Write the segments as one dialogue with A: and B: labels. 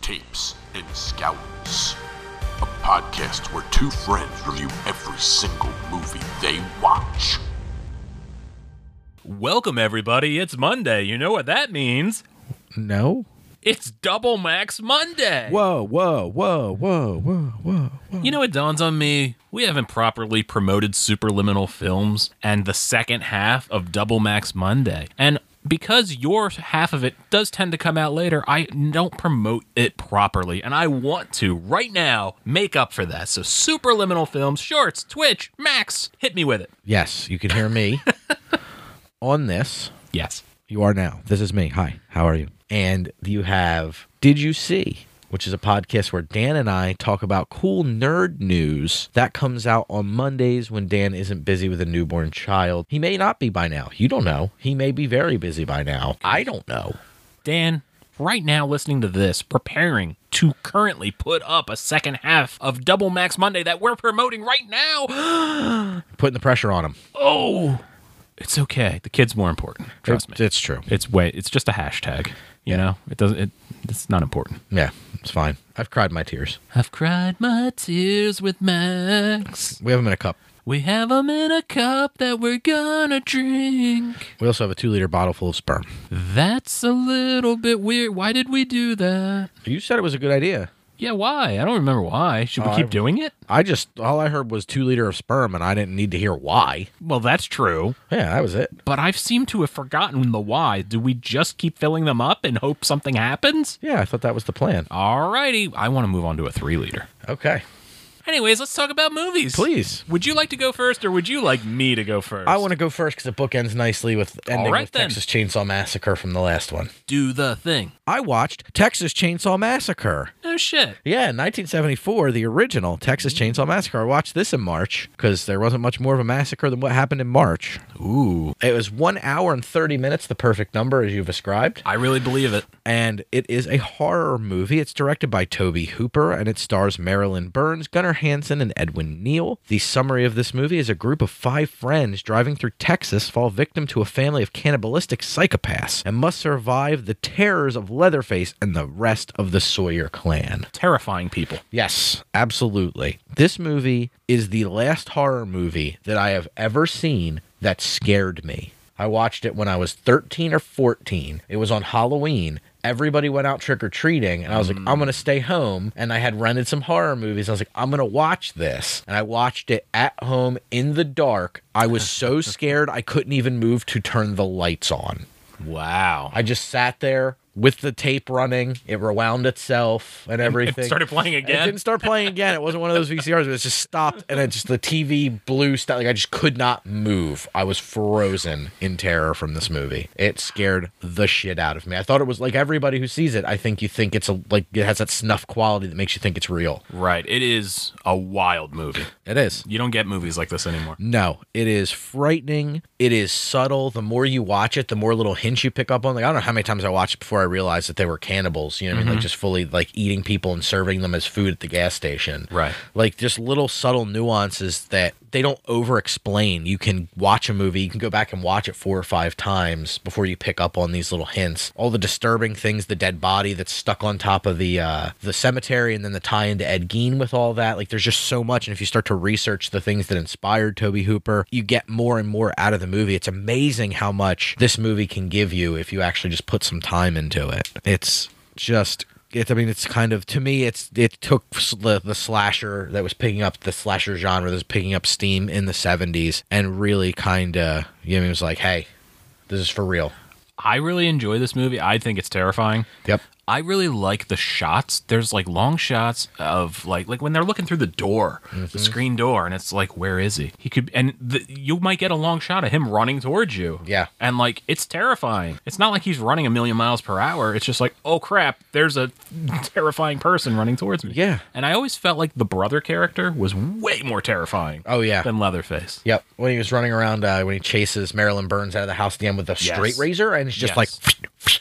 A: Tapes, and Scouts. A podcast where two friends review every single movie they watch.
B: Welcome, everybody. It's Monday. You know what that means?
C: No.
B: It's Double Max Monday.
C: Whoa, whoa, whoa, whoa, whoa, whoa, whoa.
B: You know, it dawns on me we haven't properly promoted superliminal films and the second half of Double Max Monday. And because your half of it does tend to come out later, I don't promote it properly. And I want to right now make up for that. So, superliminal films, shorts, Twitch, Max, hit me with it.
C: Yes, you can hear me on this.
B: Yes.
C: You are now. This is me. Hi, how are you? And you have Did You See? Which is a podcast where Dan and I talk about cool nerd news that comes out on Mondays when Dan isn't busy with a newborn child. He may not be by now. You don't know. He may be very busy by now. I don't know.
B: Dan, right now listening to this, preparing to currently put up a second half of Double Max Monday that we're promoting right now.
C: Putting the pressure on him.
B: Oh, it's okay. The kid's more important. Trust me.
C: It's- It's true.
B: It's way. It's just a hashtag. You know, it doesn't. It, it's not important.
C: Yeah, it's fine. I've cried my tears.
B: I've cried my tears with Max.
C: We have him in a cup.
B: We have them in a cup that we're gonna drink.
C: We also have a two liter bottle full of sperm.
B: That's a little bit weird. Why did we do that?
C: You said it was a good idea.
B: Yeah, why? I don't remember why. Should we
C: Oh, I-
B: keep doing it?
C: I just all I heard was two liter of sperm, and I didn't need to hear why.
B: Well, that's true.
C: Yeah, that was it.
B: but I've seemed to have forgotten the why. Do we just keep filling them up and hope something happens?
C: Yeah, I thought that was the plan.
B: Alrighty, I want to move on to a three liter.
C: Okay,
B: Anyways, let's talk about movies.
C: please.
B: Would you like to go first or would you like me to go first?
C: I want to go first because the book ends nicely with ending
B: right
C: with
B: then.
C: Texas Chainsaw Massacre from the last one.
B: do the thing.
C: I watched Texas Chainsaw Massacre.
B: No shit.
C: Yeah, 1974, the original Texas Chainsaw Massacre. I watched this in March because there wasn't much more of a massacre than what happened in March.
B: Ooh.
C: It was one hour and 30 minutes, the perfect number as you've ascribed.
B: I really believe it.
C: and it is a horror movie. It's directed by Toby Hooper and it stars Marilyn Burns, Gunnar Hansen, and Edwin Neal. The summary of this movie is a group of five friends driving through Texas fall victim to a family of cannibalistic psychopaths and must survive the terrors of Leatherface and the rest of the Sawyer clan.
B: Terrifying people.
C: Yes, absolutely. This movie is the last horror movie that I have ever seen that scared me. I watched it when I was 13 or 14. It was on Halloween. Everybody went out trick or treating, and I was like, I'm going to stay home. And I had rented some horror movies. I was like, I'm going to watch this. And I watched it at home in the dark. I was so scared, I couldn't even move to turn the lights on.
B: Wow.
C: I just sat there with the tape running. It rewound itself and everything.
B: started playing
C: And
B: again?
C: It didn't start playing again. It wasn't one of those VCRs. It was just stopped and it just the TV blew stuff. Like I just could not move. I was frozen in terror from this movie. It scared the shit out of me. I thought it was like everybody who sees it. I think you think it's a like it has that snuff quality that makes you think it's real.
B: Right. It is a wild movie.
C: It is.
B: You don't get movies like this anymore.
C: No, it is frightening. It is subtle. The more you watch it, the more little hints you pick up on. Like I don't know how many times I watched it before I realized that they were cannibals. You know what I mean? Like just fully like eating people and serving them as food at the gas station.
B: Right.
C: Like just little subtle nuances that they don't over explain. You can watch a movie, you can go back and watch it four or five times before you pick up on these little hints. All the disturbing things, the dead body that's stuck on top of the uh, the cemetery, and then the tie into Ed Gein with all that. Like there's just so much, and if you start to research the things that inspired Toby Hooper, you get more and more out of the movie. It's amazing how much this movie can give you if you actually just put some time into it. It's just it, I mean, it's kind of to me, it's it took s- the, the slasher that was picking up the slasher genre that was picking up steam in the '70s, and really kind of you know, it was like, hey, this is for real.
B: I really enjoy this movie. I think it's terrifying.
C: Yep.
B: I really like the shots. There's like long shots of like like when they're looking through the door,
C: Mm-hmm.
B: the screen door, and it's like, where is he? He could, and the, you might get a long shot of him running towards you.
C: Yeah.
B: and like it's terrifying. It's not like he's running a million miles per hour. It's just like, oh crap, there's a terrifying person running towards me.
C: Yeah.
B: and I always felt like the brother character was way more terrifying.
C: Oh yeah.
B: than Leatherface.
C: Yep. When he was running around, uh, when he chases Marilyn Burns out of the house at the end with a
B: Yes.
C: straight razor, and it's just
B: Yes.
C: like,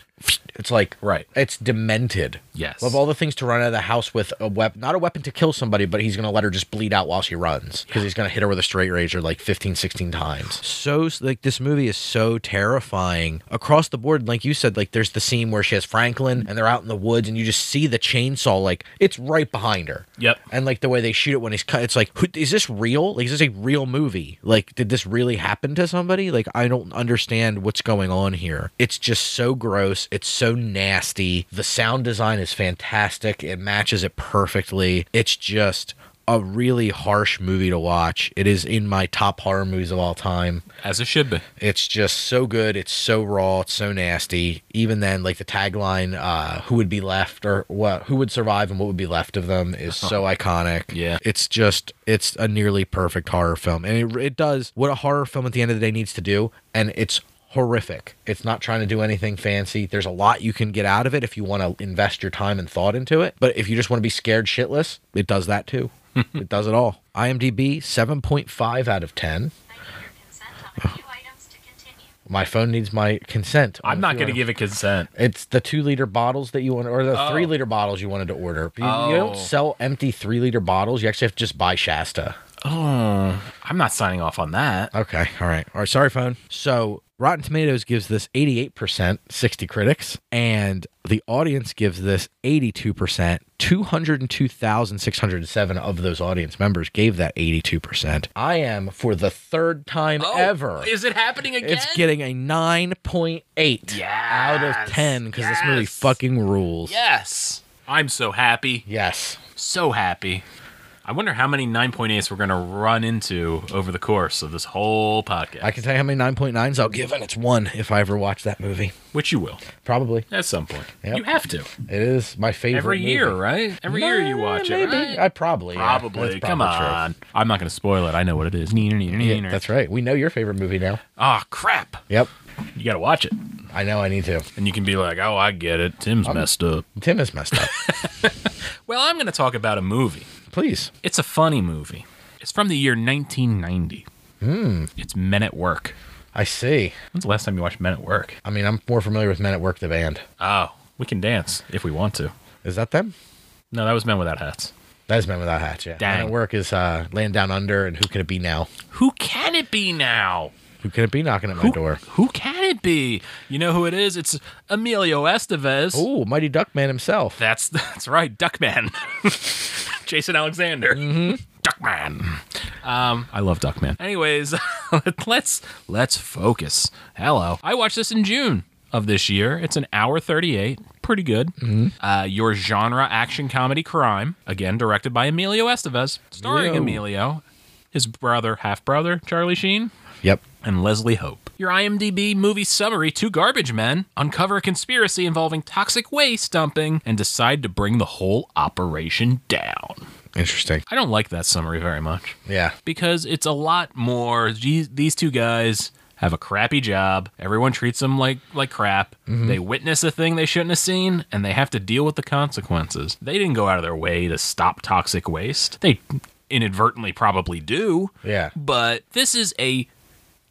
C: It's like
B: Right.
C: It's demented.
B: Yes.
C: Of all the things to run out of the house with a weapon, not a weapon to kill somebody, but he's going to let her just bleed out while she runs because he's going to hit her with a straight razor like 15, 16 times. So, like, this movie is so terrifying across the board. Like you said, like, there's the scene where she has Franklin and they're out in the woods and you just see the chainsaw, like, it's right behind her.
B: Yep.
C: And like the way they shoot it when he's cut, it's like, who, is this real? Like, is this a real movie? Like, did this really happen to somebody? Like, I don't understand what's going on here. It's just so gross. It's so nasty. The sound design is fantastic. It matches it perfectly. It's just a really harsh movie to watch. It is in my top horror movies of all time.
B: As it should be.
C: It's just so good. It's so raw. It's so nasty. Even then, like the tagline, uh, "Who would be left?" or "What? Who would survive?" and "What would be left of them?" is so iconic.
B: Yeah.
C: it's just it's a nearly perfect horror film, and it it does what a horror film at the end of the day needs to do, and it's horrific. It's not trying to do anything fancy. There's a lot you can get out of it if you want to invest your time and thought into it. But if you just want to be scared shitless, it does that too. it does it all. IMDb 7.5 out of 10.
D: I need your consent on a few items to continue.
C: My phone needs my consent.
B: I'm not going to
C: to
B: give it consent.
C: It's the two liter bottles that you want, or the
B: Oh.
C: three liter bottles you wanted to order. You, you
B: Oh.
C: don't sell empty three liter bottles. You actually have to just buy Shasta.
B: Oh, I'm not signing off on that.
C: Okay. All right. All right. Sorry, phone. So Rotten Tomatoes gives this 88%, 60 critics, and the audience gives this 82%. 202,607 of those audience members gave that 82%. I am, for the third time ever,
B: Oh, Is it happening again?
C: it's getting a 9.8 out
B: Yes.
C: of 10 because this movie
B: Yes.
C: fucking rules.
B: Yes. I'm so happy.
C: Yes.
B: So happy. I wonder how many 9.8s we're going to run into over the course of this whole podcast,
C: I can tell you how many 9.9s I'll give, and it's one if I ever watch that movie.
B: which you will
C: Probably.
B: at some point.
C: Yep.
B: You have to.
C: It is my favorite.
B: Every
C: movie.
B: year, right? Every year you
C: Nah,
B: watch
C: maybe.
B: it. right?
C: I probably. yeah.
B: Probably.
C: That's
B: Come
C: true.
B: on. I'm not going to spoil it. I know what it is. Neener, neener,
C: Yeah,
B: neener.
C: that's right. We know your favorite movie now.
B: Ah, crap.
C: Yep.
B: You got to watch it.
C: I know I need to.
B: And you can be like, oh, I get it. Tim's messed up.
C: Tim is messed up.
B: Well, I'm going to talk about a movie.
C: Please.
B: It's a funny movie. It's from the year 1990. It's Men at Work.
C: I see.
B: When's the last time you watched Men at Work?
C: I mean, I'm more familiar with Men at Work, the band.
B: Oh, we can dance if we want to.
C: Is that them?
B: No, that was Men Without Hats.
C: That is Men Without Hats, yeah.
B: Dang.
C: Men at Work is uh, Land Down Under, and Who Can It Be Now?
B: Who can it be now?
C: Who Can It Be Knocking at My
B: Who,
C: Door?
B: who can it be? You know who it is? It's Emilio Estevez.
C: Oh, Mighty Duckman himself.
B: That's that's right, Duckman. Jason Alexander. Duckman. Mm-hmm. Um, I love Duckman. Anyways, let's let's focus. Hello. I watched this in June of this year. It's an hour 38. Pretty good. Uh, your genre action comedy crime, again directed by Emilio Estevez, starring
C: Yo.
B: Emilio, his brother, half brother, Charlie Sheen
C: Yep.
B: and Leslie Hope. Your IMDb movie summary Two garbage men uncover a conspiracy involving toxic waste dumping and decide to bring the whole operation down.
C: Interesting.
B: I don't like that summary very much
C: Yeah.
B: because it's a lot more these, these two guys have a crappy job. Everyone treats them like like crap. They witness a thing they shouldn't have seen and they have to deal with the consequences. They didn't go out of their way to stop toxic waste. They inadvertently probably do.
C: Yeah.
B: But this is a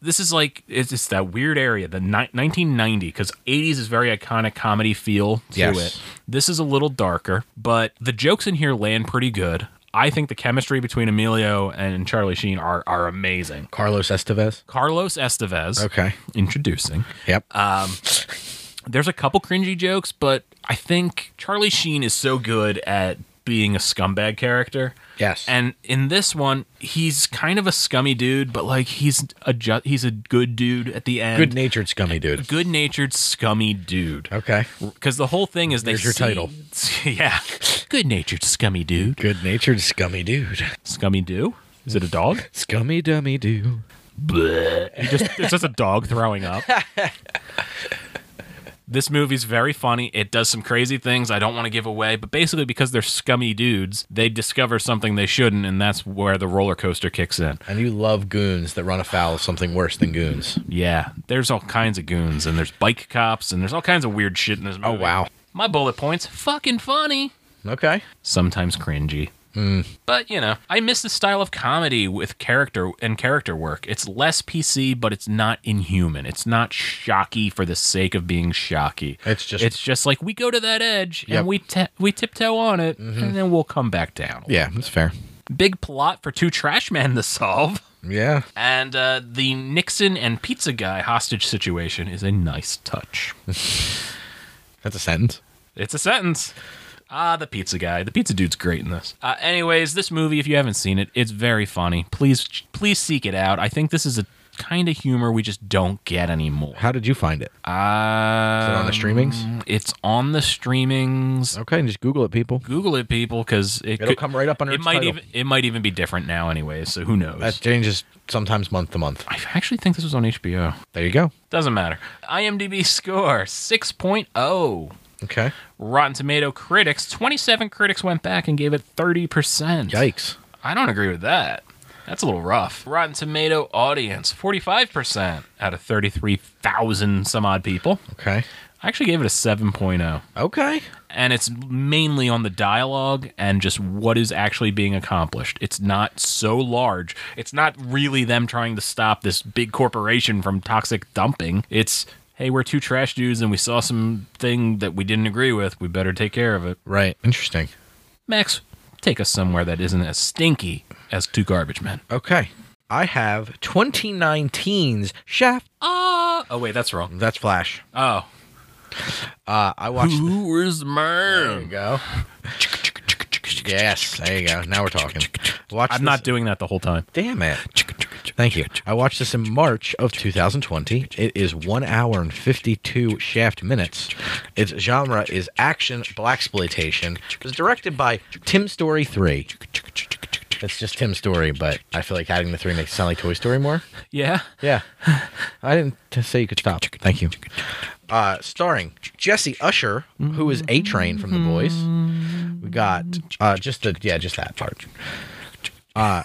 B: this is like it's, it's that weird area the ni- 1990 because 80s is very iconic comedy feel to
C: Yes.
B: it this is a little darker but the jokes in here land pretty good i think the chemistry between emilio and charlie sheen are, are amazing
C: Carlos Estevez.
B: carlos estevez
C: Okay.
B: introducing
C: Yep.
B: there's a couple cringy jokes but i think charlie sheen is so good at being a scumbag character
C: yes.
B: and in this one, he's kind of a scummy dude, but like he's a ju- he's a good dude at the end.
C: good natured scummy dude.
B: good natured scummy dude.
C: Okay.
B: Because the whole thing is they
C: There's your
B: see-
C: title.
B: yeah, good natured scummy dude.
C: Good natured scummy dude.
B: Scummy do. Is it a dog?
C: Scummy dummy do.
B: He just it's just a dog throwing up. This movie's very funny. It does some crazy things I don't want to give away, but basically because they're scummy dudes, they discover something they shouldn't, and that's where the roller coaster kicks in.
C: And you love goons that run afoul of something worse than goons.
B: Yeah, there's all kinds of goons, and there's bike cops, and there's all kinds of weird shit in this movie.
C: Oh wow.
B: My bullet points, fucking funny.
C: Okay.
B: Sometimes cringy.
C: Mm.
B: But you know, I miss the style of comedy with character and character work. It's less PC, but it's not inhuman. It's not shocky for the sake of being shocky.
C: It's just-
B: it's just like we go to that edge
C: Yep. Mm-hmm.
B: and we t- we tiptoe on it, and then we'll come back down.
C: Yeah, that's fair.
B: Big plot for two trash men to solve.
C: Yeah.
B: And uh, the Nixon and pizza guy hostage situation is a nice touch.
C: That's a sentence.
B: It's a sentence. Ah, the pizza guy. The pizza dude's great in this. Uh, anyways, this movie, if you haven't seen it, it's very funny. Please, please seek it out. I think this is a kind of humor we just don't get anymore.
C: How did you find it?
B: Uh,
C: Is it on the streamings?
B: It's on the streamings.
C: Okay, just Google it, people.
B: Google it, people, because it
C: It'll
B: could-
C: come right up under
B: It
C: its
B: might
C: title.
B: even it might even be different now, anyways. So who knows?
C: That changes sometimes month to month.
B: I actually think this was on HBO.
C: There you go.
B: Doesn't matter. IMDb score 6.0.
C: Okay.
B: Rotten Tomato critics, 27 critics went back and gave it 30%.
C: Yikes.
B: I don't agree with that. That's a little rough. Rotten Tomato audience, 45% out of 33,000 some odd people.
C: Okay.
B: I actually gave it a oh. 7.0.
C: Okay.
B: And it's mainly on the dialogue and just what is actually being accomplished. It's not so large. It's not really them trying to stop this big corporation from toxic dumping. It's, hey, we're two trash dudes and we saw some thing that we didn't agree with. We better take care of it.
C: Right. Interesting.
B: Max, take us somewhere that isn't as stinky as two garbage men.
C: Okay. I have 2019's Shaft. Ah.
B: Uh, oh, wait, that's wrong.
C: That's Flash.
B: Oh.
C: Uh, I watched.
B: Who is
C: There you
B: man?
C: go. Yes. There you go. Now we're talking. Watch.
B: I'm
C: this-
B: not doing that the whole time.
C: Damn it. Thank you. I watched this in March of 2020. It is one hour and 52 shaft minutes. Its genre is action black exploitation. It was directed by Tim Story 3. It's just Tim Story, but I feel like adding the three makes it sound like Toy Story more.
B: Yeah.
C: Yeah. I didn't t- say you could stop. Thank you. Uh, starring Jesse Usher, who is A Train from The Boys. We got uh, just the yeah, just that part.
B: I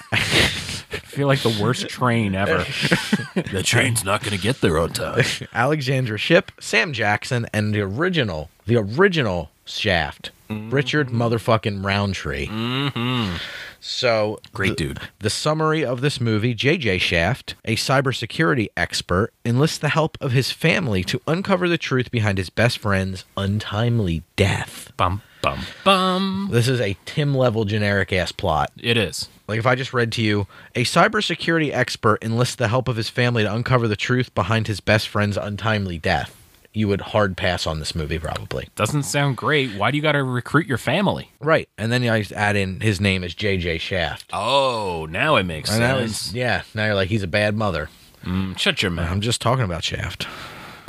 B: feel like the worst train ever. the train's not going to get there on time.
C: Alexandra Ship, Sam Jackson, and the original, the original Shaft, Richard motherfucking Roundtree. Mm-hmm. So
B: Great dude.
C: the summary of this movie JJ Shaft, a cybersecurity expert, enlists the help of his family to uncover the truth behind his best friend's untimely death.
B: Bum, bum, bum.
C: This is a Tim level generic ass plot.
B: It is.
C: Like if I just read to you, a cybersecurity expert enlists the help of his family to uncover the truth behind his best friend's untimely death. You would hard pass on this movie probably.
B: Doesn't sound great. Why do you got to recruit your family?
C: Right. And then I just add in his name is JJ Shaft.
B: Oh, now it makes
C: And that was yeah, now you're like he's a bad mother.
B: Mm, shut your mouth.
C: I'm just talking about Shaft.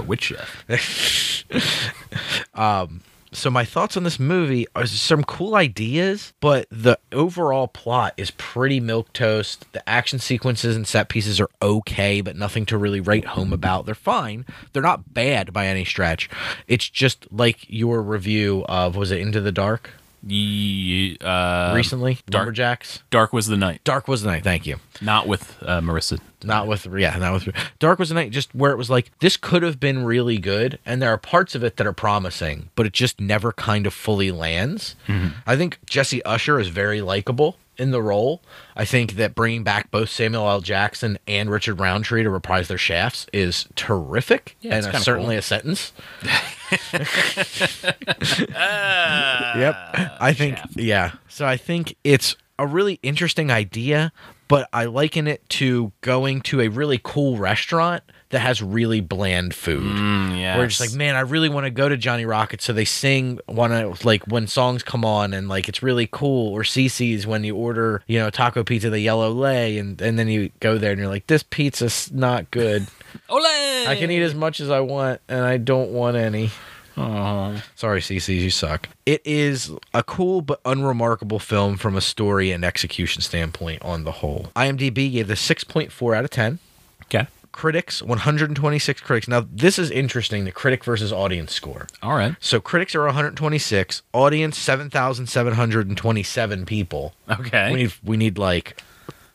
B: Which chef?
C: So my thoughts on this movie are some cool ideas, but the overall plot is pretty milk toast. The action sequences and set pieces are okay, but nothing to really write home about. They're fine. They're not bad by any stretch. It's just like your review of was it Into the Dark
B: Ye- uh,
C: recently?
B: Dark-
C: Lumberjacks.
B: Dark was the night.
C: Dark was the night. Thank you.
B: Not with uh, Marissa.
C: Not with yeah, not with Dark was the night. Just where it was like this could have been really good, and there are parts of it that are promising, but it just never kind of fully lands.
B: Mm-hmm.
C: I think Jesse Usher is very likable in the role. I think that bringing back both Samuel L. Jackson and Richard Roundtree to reprise their shafts is terrific,
B: Yeah, it's
C: and
B: kinda
C: certainly
B: cool.
C: a sentence. yep. I think yeah. So I think it's a really interesting idea, but I liken it to going to a really cool restaurant that has really bland food.
B: Yeah.
C: Where it's just like, man, I really want to go to Johnny Rocket. So they sing one of like when songs come on and like it's really cool. Or CC's when you order, you know, taco pizza the yellow lay and, and then you go there and you're like, this pizza's not good.
B: Olay!
C: I can eat as much as I want and I don't want any.
B: Oh.
C: Sorry, CCs, you suck. It is a cool but unremarkable film from a story and execution standpoint on the whole. IMDb gave this 6.4 out of 10.
B: Okay.
C: Critics, 126 critics. Now, this is interesting the critic versus audience score.
B: All right.
C: So, critics are 126, audience, 7,727 people.
B: Okay.
C: We need, we need like,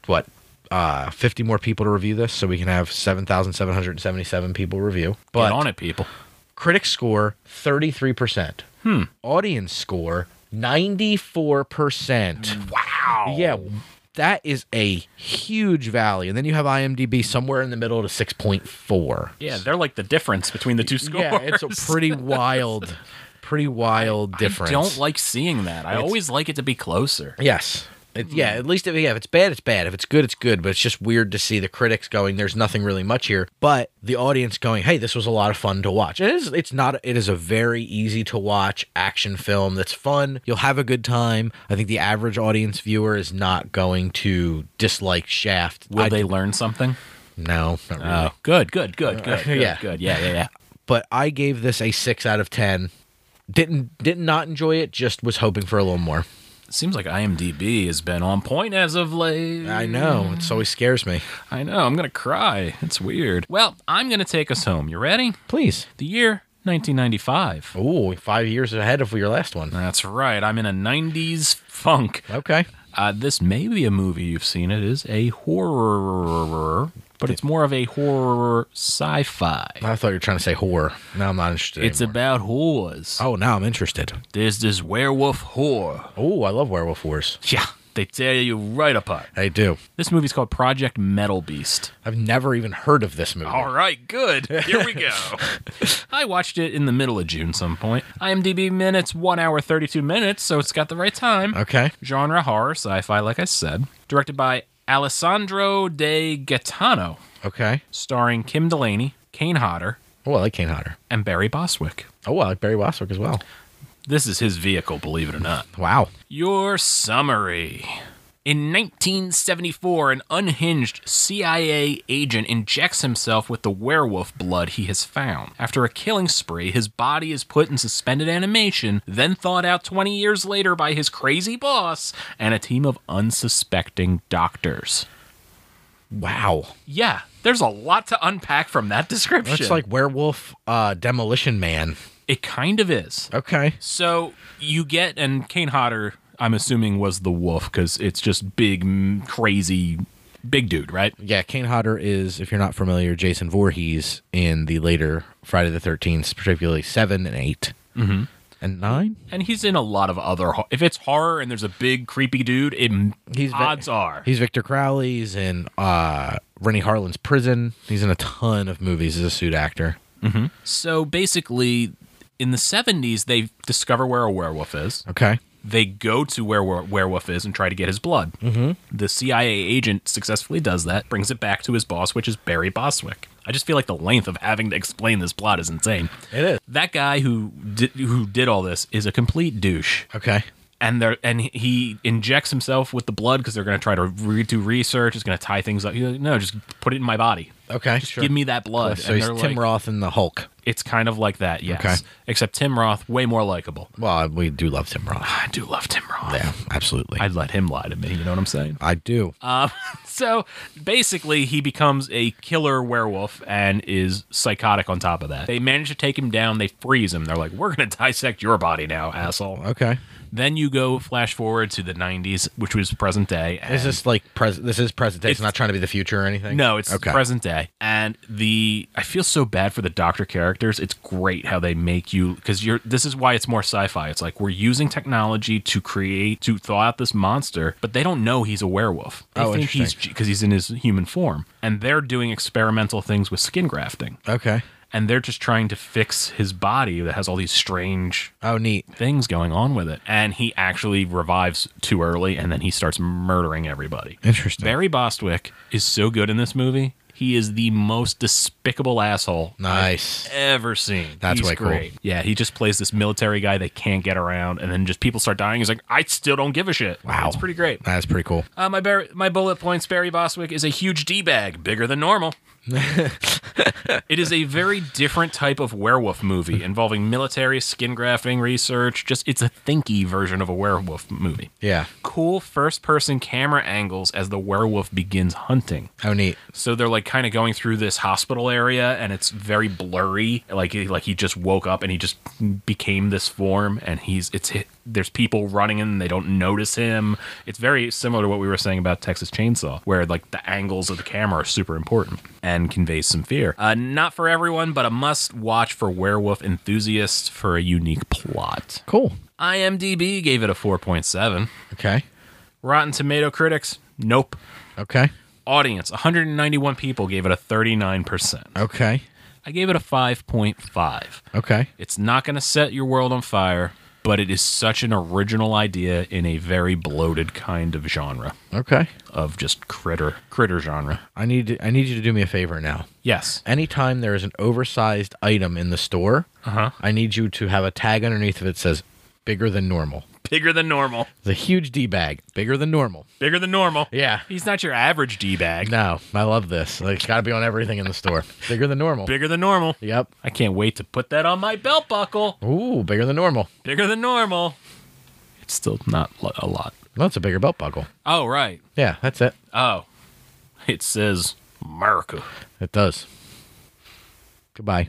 C: what? Uh, 50 more people to review this so we can have 7,777 people review.
B: Get on it, people.
C: Critic score 33%. Hmm. Audience score 94%. Wow.
B: Wow.
C: Yeah, that is a huge value. And then you have IMDb somewhere in the middle to 6.4.
B: Yeah, they're like the difference between the two scores.
C: Yeah, it's a pretty wild, pretty wild difference.
B: I don't like seeing that. I always like it to be closer.
C: Yes. It, yeah,
B: Hmm.
C: at least if, yeah, if it's bad, it's bad. If it's good, it's good. But it's just weird to see the critics going, "There's nothing really much here," but the audience going, "Hey, this was a lot of fun to watch." It is. It's not. It is a very easy to watch action film that's fun. You'll have a good time. I think the average audience viewer is not going to dislike Shaft.
B: Will
C: I-
B: they learn something?
C: No, not really.
B: Oh, good, good, good, good, good,
C: Uh, yeah.
B: good. Yeah, yeah, yeah.
C: But I gave this a six out of ten. Didn't did not enjoy it. Just was hoping for a little more.
B: Seems like IMDb has been on point as of late.
C: I know. It's always scares me.
B: I know. I'm going to cry. It's weird. Well, I'm going to take us home. You ready?
C: Please.
B: The year 1995.
C: Ooh, five years ahead of your last one.
B: That's right. I'm in a 90s funk.
C: Okay.
B: Uh, this may be a movie you've seen. It is a horror, but it's more of a horror sci fi.
C: I thought you were trying to say whore. Now I'm not interested.
B: It's
C: anymore.
B: about whores.
C: Oh, now I'm interested.
B: There's this werewolf whore.
C: Oh, I love werewolf wars.
B: Yeah. They tear you right apart.
C: I do.
B: This movie's called Project Metal Beast.
C: I've never even heard of this movie.
B: All right, good. Here we go. I watched it in the middle of June some point. IMDb minutes, 1 hour 32 minutes, so it's got the right time.
C: Okay.
B: Genre horror, sci-fi like I said, directed by Alessandro De Gaetano,
C: Okay.
B: starring Kim Delaney, Kane Hodder,
C: Oh, I like Kane Hodder.
B: and Barry Boswick.
C: Oh, I like Barry Wasserk as well.
B: This is his vehicle, believe it or not.
C: Wow.
B: Your summary. In 1974, an unhinged CIA agent injects himself with the werewolf blood he has found. After a killing spree, his body is put in suspended animation, then thawed out 20 years later by his crazy boss and a team of unsuspecting doctors.
C: Wow.
B: Yeah, there's a lot to unpack from that description.
C: It's like werewolf uh, demolition man.
B: it kind of is.
C: Okay.
B: So you get, and Kane Hodder, I'm assuming, was the wolf because it's just big, m- crazy, big dude, right?
C: Yeah, Kane Hodder is, if you're not familiar, Jason Voorhees in the later Friday the 13th, particularly 7 and 8. Mm-hmm. And 9?
B: And he's in a lot of other. ho- If it's horror and there's a big, creepy dude, it,
C: He's
B: he's
C: ve-
B: odds are.
C: He's Victor Crowley's in uh, Rennie Harlan's prison. He's in a ton of movies as a suit actor.
B: So basically, in the 70s, they discover where a werewolf is.
C: Okay.
B: They go to where were- werewolf is and try to get his blood. Mm-hmm. The CIA agent successfully does that, brings it back to his boss, which is Barry Boswick. I just feel like the length of having to explain this plot is insane.
C: It is.
B: that guy who did, who did all this is a complete douche
C: Okay.
B: and they and he injects himself with the blood because they're going to try to re- do research it's going to tie things up He's like, no just put it in my body
C: Okay. Sure.
B: give me that blood
C: so
B: And
C: he's
B: they're
C: Tim
B: like-
C: Roth in the Hulk.
B: it's kind of like that yes
C: Okay.
B: except tim roth way more likable
C: Well, we do love Tim Roth.
B: i do love tim roth
C: Yeah, absolutely. I,
B: i'd let him lie to me you know what i'm saying
C: do.
B: Uh, so basically he becomes a killer werewolf and is psychotic on top of that they manage to take him down they freeze him they're like we're going to dissect your body now asshole
C: okay.
B: Then you go flash forward to the 90s, which was present day. and-
C: Is this like present? This is present day. It's,
B: It's-
C: not trying to be the future or anything.
B: No, it's
C: okay.
B: present day. And the I feel so bad for the doctor characters. It's great how they make you cuz you're this is why it's more sci-fi. It's like we're using technology to create to thaw out this monster, but they don't know he's a werewolf. They
C: Oh,
B: think he's
C: interesting.
B: cuz he's in his human form. And they're doing experimental things with skin grafting.
C: Okay.
B: And they're just trying to fix his body that has all these strange
C: Oh, neat.
B: things going on with it. And he actually revives too early and then he starts murdering everybody.
C: Interesting.
B: Barry Bostwick is so good in this movie. He is the most despicable asshole
C: nice.
B: ever seen.
C: That's
B: He's
C: way cool.
B: great. Yeah, he just plays this military guy they can't get around and then just people start dying. He's like, I still don't give a shit.
C: Wow.
B: It's pretty great.
C: That's pretty cool.
B: Uh, my Barry, my bullet points, Barry Bostwick is a huge D bag, bigger than normal. it is a very different type of werewolf movie involving military skin grafting research. Just it's a thinky version of a werewolf movie.
C: Yeah.
B: Cool first person camera angles as the werewolf begins hunting.
C: Oh, neat.
B: So they're like kind of going through this hospital area and it's very blurry. Like like he just woke up and he just became this form and he's it's hit, there's people running and they don't notice him. It's very similar to what we were saying about Texas Chainsaw where like the angles of the camera are super important and conveys some fear. Uh, not for everyone, but a must watch for werewolf enthusiasts for a unique plot.
C: Cool.
B: IMDb gave it a 4.7.
C: Okay.
B: Rotten Tomato critics, nope.
C: Okay.
B: Audience, 191 people gave it a 39%.
C: Okay.
B: I gave it a 5.5.
C: Okay.
B: It's not going to set your world on fire, but it is such an original idea in a very bloated kind of genre
C: Okay.
B: of just critter critter genre.
C: I need to, I need you to do me a favor now.
B: Yes.
C: Anytime there is an oversized item in the store,
B: Uh-huh.
C: I need you to have a tag underneath of it that says bigger than normal.
B: Bigger than normal.
C: The huge D bag, bigger than normal.
B: Bigger than normal.
C: Yeah.
B: He's not your average D-bag.
C: No, I love this. Like, it's got to be on everything in the store. Bigger than normal.
B: Bigger than normal.
C: Yep.
B: I can't wait to put that on my belt buckle.
C: Ooh, bigger than normal.
B: Bigger than normal. It's still not lo- a lot.
C: Well, that's a bigger belt buckle.
B: Oh, right.
C: Yeah, that's it.
B: Oh. It says America.
C: It does. Goodbye.